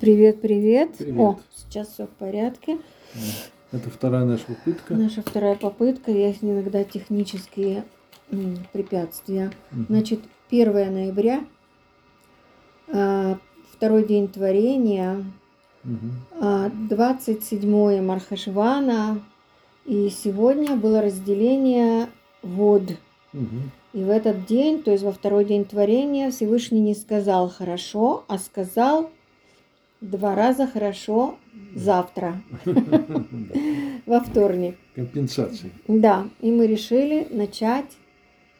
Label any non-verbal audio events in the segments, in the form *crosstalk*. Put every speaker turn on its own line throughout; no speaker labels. Привет, привет.
Привет.
О, сейчас все в порядке.
Это вторая наша попытка.
Наша вторая попытка. Есть иногда технические м, препятствия.
Мгм.
Значит, 1 ноября, а, второй день творения,
Мгм.
а, 27 Мархашвана. И сегодня было разделение вод.
Мгм.
И в этот день, то есть во второй день творения, Всевышний не сказал хорошо, а сказал два раза хорошо завтра,
*laughs*
во вторник.
Компенсации.
Да, и мы решили начать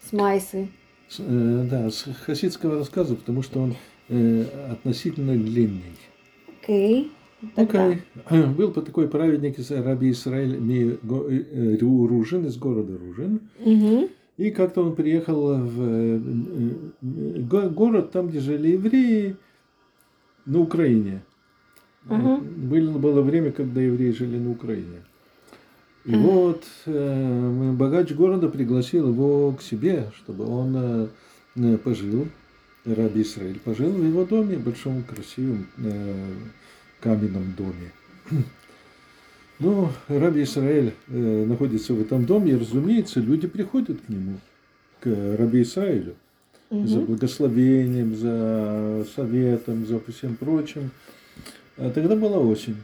с Майсы.
С, э, да, с хасидского рассказа, потому что он э, относительно длинный.
Окей. Тогда.
Окей. Был по- такой праведник из Арабии Израиль Ми- Го- э, Ру- Ружин, из города Ружин.
Мгм.
И как-то он приехал в э, э, го- город, там, где жили евреи, на Украине.
Ага.
Э, Было, было время, когда евреи жили на Украине. И
Ага.
вот э, богач города пригласил его к себе, чтобы он э, э, пожил, раби Исраиль пожил в его доме, большом красивом э, каменном доме. Ну, раби Исраиль э, находится в этом доме, и, разумеется, люди приходят к нему, к раби Исраилю
Мгм.
за благословением, за советом, за всем прочим. А Тогда была осень.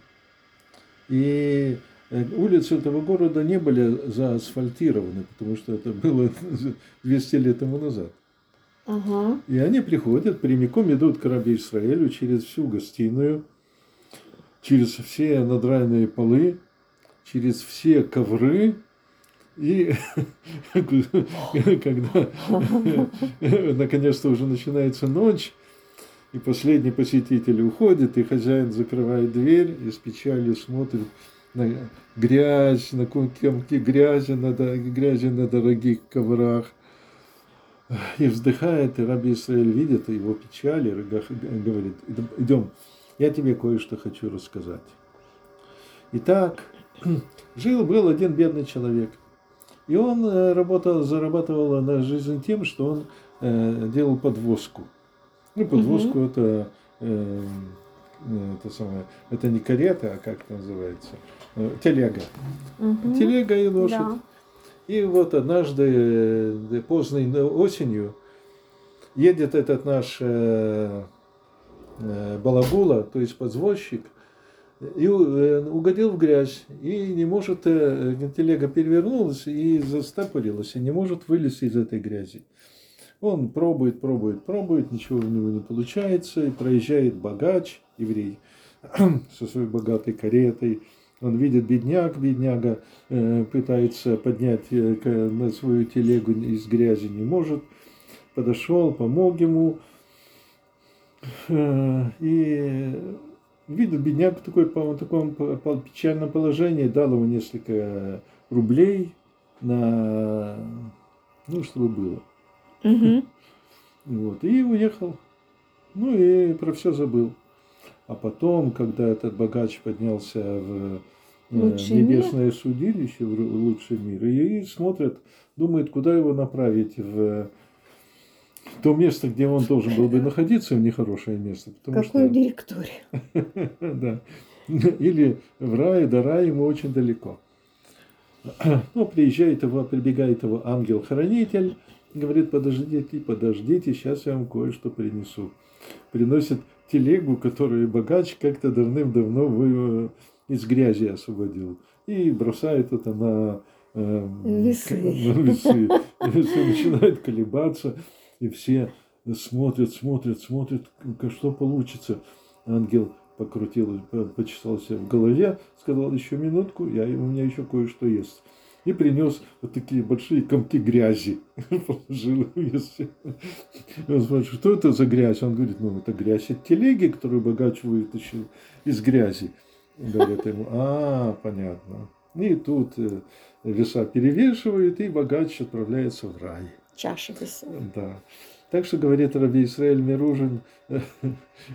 И э, улицы этого города не были заасфальтированы, потому что это было *laughs* 200 лет тому назад.
Ага.
И они приходят, прямиком идут к рабе Израилю через всю гостиную, через все надраенные полы, через все ковры. И *laughs* когда *laughs* наконец-то уже начинается ночь, и последний посетитель уходит, и хозяин закрывает дверь и с печалью смотрит на грязь, на кемки грязи, на, до- грязи на дорогих коврах. И вздыхает, и раби Исраиль видит его печаль, и рога- говорит, идем, я тебе кое-что хочу рассказать. Итак, *clears throat* жил-был один бедный человек, и он э, работал, зарабатывал на жизнь тем, что он э, делал подвозку. Ну, подвозку это, э, э, это самое, это не карета, а как это называется, Э, телега.
Мгм.
Телега и лошадь.
Да.
И вот однажды э, поздной но- осенью едет этот наш э, э, балабула, то есть подвозчик, и у- э, угодил в грязь, и не может, э, телега перевернулась и застопорилась, и не может вылезти из этой грязи. Он пробует, пробует, пробует, ничего у него не получается, и проезжает богач, еврей, *clears throat* со своей богатой каретой, он видит бедняк, бедняга э, пытается поднять э, к- на свою телегу из грязи, не может. Подошел, помог ему. Э, И видит бедняк в такой, по- в таком по- по- печальном положении, дал ему несколько рублей на, ну, чтобы было.
Мгм.
Вот, и уехал. Ну и про все забыл. А потом, когда этот богач поднялся в э,
Лучший
небесное судилище, в ру- лучший мир, и, и смотрит, думает, куда его направить в э, то место, где он должен был бы находиться, в нехорошее место. Потому
Какой
что... *laughs*
директорий?
Да. Или в рай, до рая ему очень далеко. Но «Ну, приезжает его, прибегает его ангел-хранитель, говорит, подождите, подождите, сейчас я вам кое-что принесу. Приносит телегу, которую богач как-то давным-давно вы- из грязи освободил. И бросает это на эм,
Весы.
к- на весы. Все начинает колебаться, и все смотрят, смотрят, смотрят, к- что получится. Ангел покрутил, по- почесал себя в голове, сказал, еще минутку, я, у меня еще кое-что есть. И принес вот такие большие комки грязи. *laughs* Положил вместе. Он спрашивает, что это за грязь? Он говорит, ну, это грязь от телеги, которую богач вытащил из грязи. Говорят ему, а, понятно. И тут э, веса перевешивают, и богач отправляется в рай.
Чаша
*laughs*
весов.
Да. Так что, говорит Раби Исраиль Миружин, *laughs*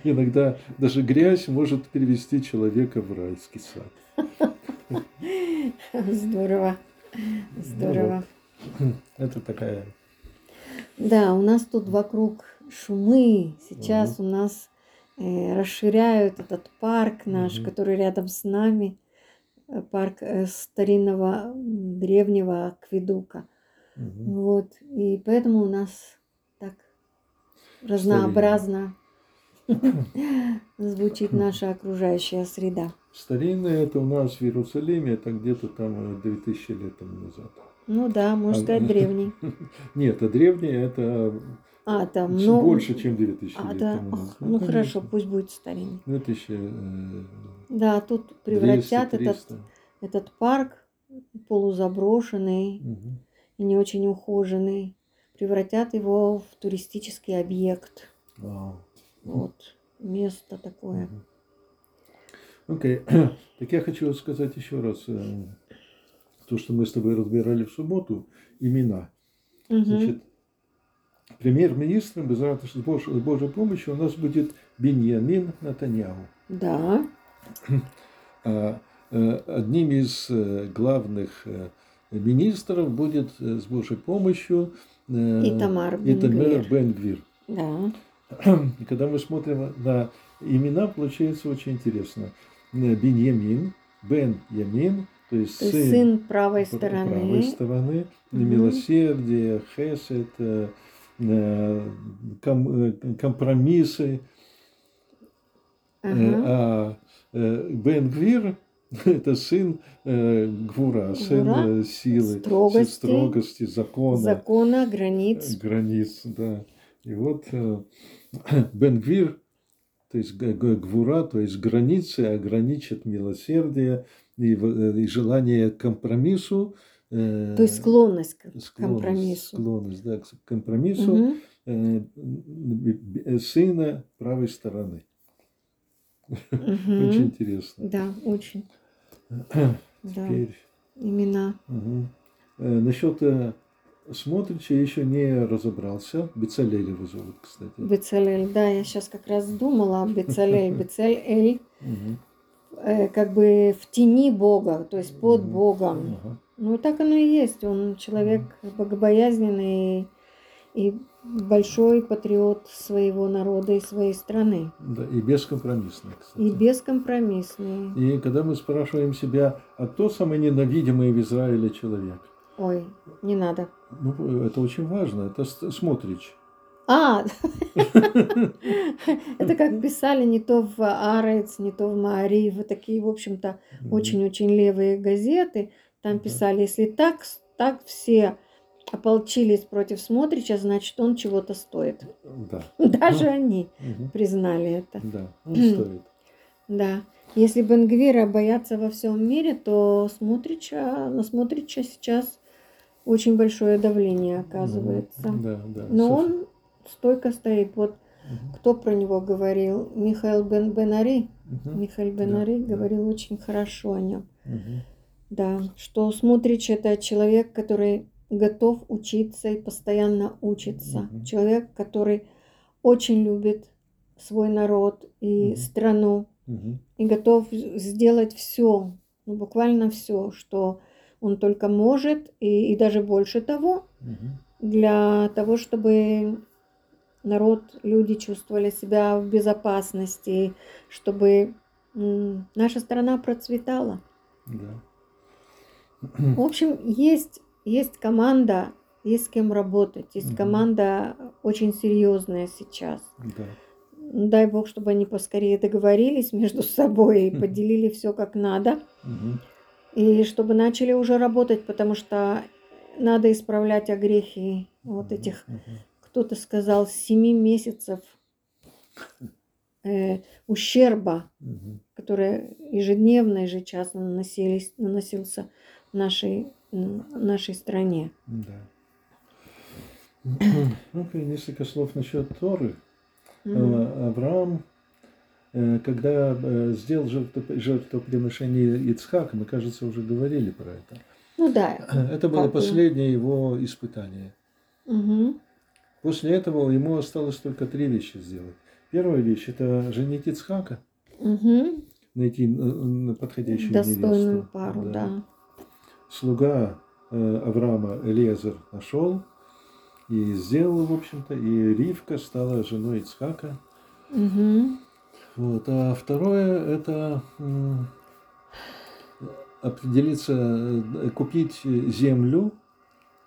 иногда даже грязь может перевести человека в райский сад.
Здорово. Здорово.
Это такая...
Да, у нас тут вокруг шумы. Сейчас у нас э, расширяют этот парк наш,
Мгм.
который рядом с нами, э, парк э, старинного м, древнего акведука.
Мгм.
Вот, и поэтому у нас так разнообразно звучит наша окружающая среда.
Старинное это у нас в Иерусалиме, это где-то там э, 2000 лет тому назад.
Ну да, можно
А,
сказать, древний.
Нет, а древнее это
А, там,
ч-
ну...
больше, чем 2000
А,
лет
да,
тому
ох,
назад.
ну хорошо,
конечно.
пусть будет старинный.
Ну, это еще э,
Да, тут превратят
200,
этот,
300.
этот парк полузаброшенный
Мгм.
и не очень ухоженный, превратят его в туристический объект.
Вау.
Вот, место такое.
Мгм. Окей. *clears throat* Так я хочу сказать еще раз э, то, что мы с тобой разбирали в субботу, имена.
Мгм.
Значит, премьер-министром без радости, с Бож- с Божьей помощью у нас будет Беньямин Натаньяу.
Да.
А, э, Одним из э, главных э, министров будет э, с Божьей помощью э,
Итамар
Итамар
Бен-Гвир.
Бен-Гвир.
Да.
И когда мы смотрим на имена, получается очень интересно. Э, Беньямин, Бен-Ямин, то есть
То есть
сын,
сын правой
пр-
стороны.
правой стороны,
Мгм.
милосердие, хесед, э, э, ком- э, компромиссы. Э,
Ага.
А Бен-Гвир – это сын э, Гвура, сын
Гвура,
э, силы, сын
строгости,
строгости, закона,
Закона,
ну э,
границ.
границ. Да. И вот *clears throat* Бен-Гвир, то есть г- г- Гвура, то есть границы ограничат милосердие и, в- э, и желание к компромиссу. э,
То есть склонность к
склонность-
компромиссу.
Склонность, да, к компромиссу
Мгм.
э, б- б- сына правой стороны.
Мгм.
*laughs* Очень интересно. *clears throat*
Да, очень. Да,
Теперь, *laughs*
имена.
мгм. Э, Насчет э, Смотрича еще не разобрался. Бицалель его зовут, кстати.
Бецалель, да, я сейчас как раз думала о
*laughs*
Бецалель. Бецалель
Мгм.
э, как бы в тени Бога, то есть под
Мгм.
Богом.
Ага.
Ну, так оно и есть. Он человек богобоязненный и большой патриот своего народа и своей страны.
Да, и бескомпромиссный, кстати.
И бескомпромиссный.
И когда мы спрашиваем себя, а кто самый ненавидимый в Израиле человек?
Ой, не надо.
Ну, это очень важно. Это С- Смотрич.
А, *laughs* это как писали не то в Арец, не то в Мари, вот такие, в общем-то,
Мгм.
очень-очень левые газеты. Там
Мгм.
писали, если так, с- так все ополчились против Смотрича, значит, он чего-то стоит. *laughs*
Да.
Даже они
Мгм.
признали это. *clears throat*
Да, он стоит.
Да. Если Бенгвира боятся во всем мире, то Смотрича, на Смотрича сейчас очень большое
Ну,
давление оказывается.
Мгм. Да, да.
Но
Соф-
Ну, он стойко стоит. Вот
Мгм.
кто про него говорил? Михаил Бен Бенари.
Мгм.
Михаил Бенари
да.
говорил очень хорошо о нем.
Мгм.
Да, что Смотрич это человек, который готов учиться и постоянно учится.
Мгм.
Человек, который очень любит свой народ и
Мгм.
страну
Мгм.
и готов сделать все, ну, буквально все, что он только может и, и даже больше того,
Мгм.
для того, чтобы народ, люди чувствовали себя в безопасности, чтобы м, наша страна процветала.
Да.
В общем, есть, есть команда, есть с кем работать, есть
Мгм.
команда очень серьезная сейчас. Ну,
Да.
Дай бог, чтобы они поскорее договорились между *laughs* собой и
Мгм.
поделили все как надо.
Мгм.
И чтобы начали уже работать, потому что надо исправлять огрехи вот
Мгм.
этих,
Мгм.
кто-то сказал, семи месяцев э, ущерба,
Мгм.
который ежедневно, ежечасно наносились, наносился нашей, м, нашей стране.
Да. *clears throat* Ну-ка, несколько слов насчет Торы.
Мгм.
Э, Авраам, э, когда э, сделал жертво- жертвоприношение Ицхака, мы, кажется, уже говорили про это.
Ну да.
Это было
Так, да.
последнее его испытание.
Мгм.
После этого ему осталось только три вещи сделать. Первая вещь – это женить Ицхака,
Мгм.
найти э, э, подходящую
Достойную
невесту.
пару, да.
слуга э, Авраама Элиезер нашел и сделал, в общем-то, и Ривка стала женой Ицхака.
Мгм.
Вот. А второе – это м, определиться, э, купить землю,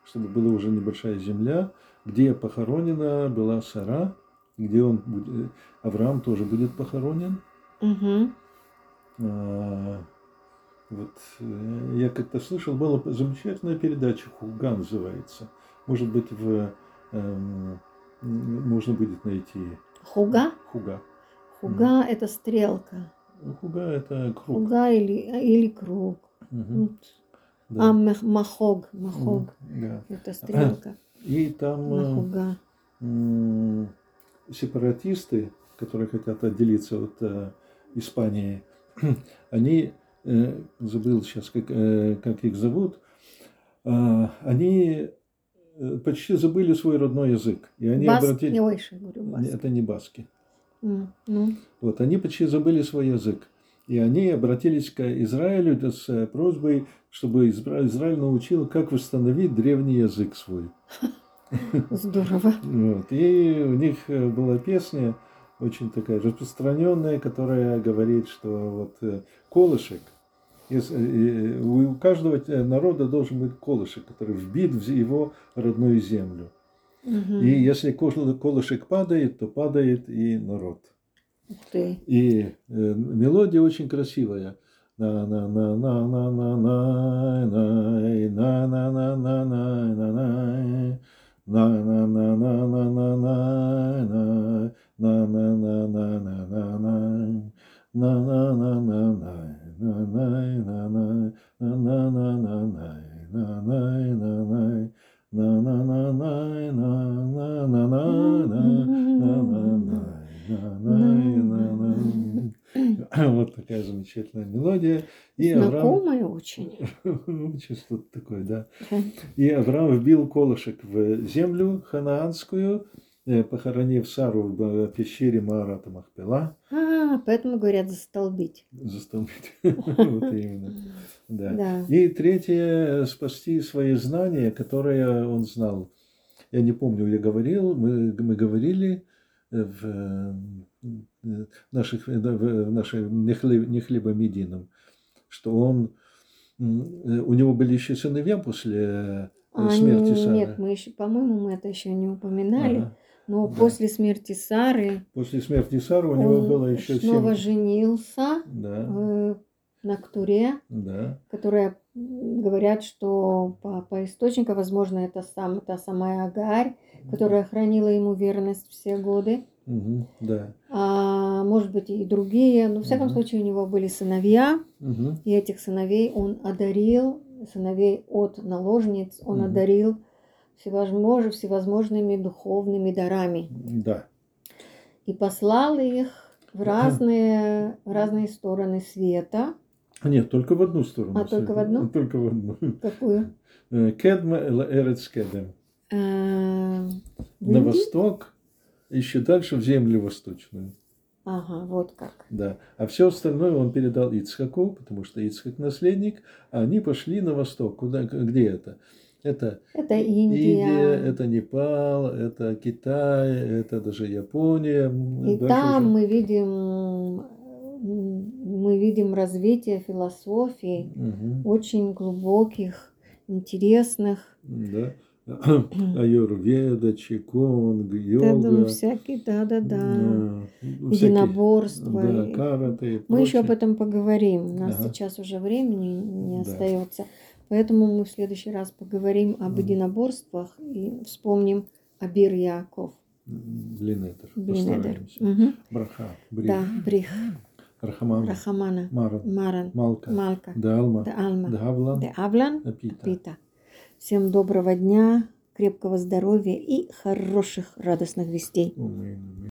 чтобы была уже небольшая земля, где похоронена была Сара, где он будет, э, Авраам тоже будет похоронен.
Мгм.
А, Вот э, я как-то слышал, была замечательная передача Хулган называется. Может быть, в эм, м, можно будет найти
Хуга?
Хуга.
Хуга это стрелка.
Ну, Хуга это круг.
Хуга или, или круг.
Мгм,
Ну,
да.
А, мах- махог, махог.
Мгм, да.
Это стрелка.
И там э,
Махуга.
м, сепаратисты, которые хотят отделиться от э, Испании, *clears throat* они, э, забыл сейчас, как, э, как их зовут, а, они э, почти забыли свой родной язык. И они
Баск?
обратили-
Не, Ой, что я говорю, баск.
Это не баски.
М, Ну,
Вот, они почти забыли свой язык. И они обратились к Израилю да, с э, просьбой, чтобы Изра- Израиль научил, как восстановить древний язык свой.
здорово.
Вот. И у них э, была песня, очень такая распространенная, которая говорит, что вот э, колышек, если, э, э, у каждого э, народа должен быть колышек, который вбит в его родную землю.
Мгм.
И если кол- колышек падает, то падает и народ.
Ух ты.
И э, мелодия очень красивая. на на на на на на на на на на на на на на на на на на на на на на вот такая замечательная мелодия. И Авраам...
Знакомая очень.
*laughs* Вообще что-то такое, да. И Авраам вбил колышек в землю ханаанскую, э, похоронив Сару в э, пещере Маарата Махпела.
А, поэтому говорят застолбить.
Застолбить. Вот именно. Да.
Да.
И третье, э, спасти свои знания, которые он знал. Я не помню, я говорил, мы, мы говорили э, в э, э, наших, э, да, в в нашей Нехлебомедином, что он, м, э, у него были еще сыновья после э,
А,
смерти
не-
Сары.
Нет, мы еще, по-моему, мы это еще не упоминали.
Ага.
Но
да.
после смерти Сары
После смерти Сары у него
он
было еще
снова
семь.
женился
Да,
э, на Ктуре,
да.
которая м, говорят, что по, по источнику, возможно, это сам, та самая Агарь, которая хранила ему верность все годы.
Мгм, да.
А может быть и другие, но в всяком
Мгм.
случае у него были сыновья,
Мгм,
И этих сыновей он одарил, сыновей от наложниц он
Мгм.
одарил всевозможно, всевозможными духовными дарами.
Да.
И послал их в разные, в разные стороны света.
Нет, только в одну сторону.
А, только в одну?
*laughs* Только в одну.
Какую?
Э, Кедма эл эрец кедем.
Э, в
На
Индию?
восток, еще дальше в землю восточную.
Ага, вот как.
Да. А все остальное он передал Ицхаку, потому что Ицхак наследник, а они пошли на восток. Куда, где это? Это
Это
Индия,
Индия,
это Непал, это Китай, это даже Япония. м,
И
дальше
там
уже-
мы видим, м, мы видим развитие философии
Мгм.
очень глубоких, интересных.
Да. *clears throat* Аюрведа, чиконг,
Да, да, ну,
йога,
всякие, да, да, да.
э, ну, всякие,
Единоборство.
да,
и-
карате и
Мы
прочее.
еще об этом поговорим. У нас
Ага.
сейчас уже времени не
Да.
остается. Поэтому мы в следующий раз поговорим об
Мгм.
единоборствах и вспомним о Бир Яков.
Блинедер.
Бинедер.
Постараемся.
Мгм.
Браха, Брих,
Да, Брих,
Рахаман,
Рахамана,
Маран,
Маран,
Малка,
Малка,
Далма,
Де Алма,
Давлан,
Де Авлан,
Апита.
Пита. Всем доброго дня, крепкого здоровья и хороших радостных вестей.
Аминь.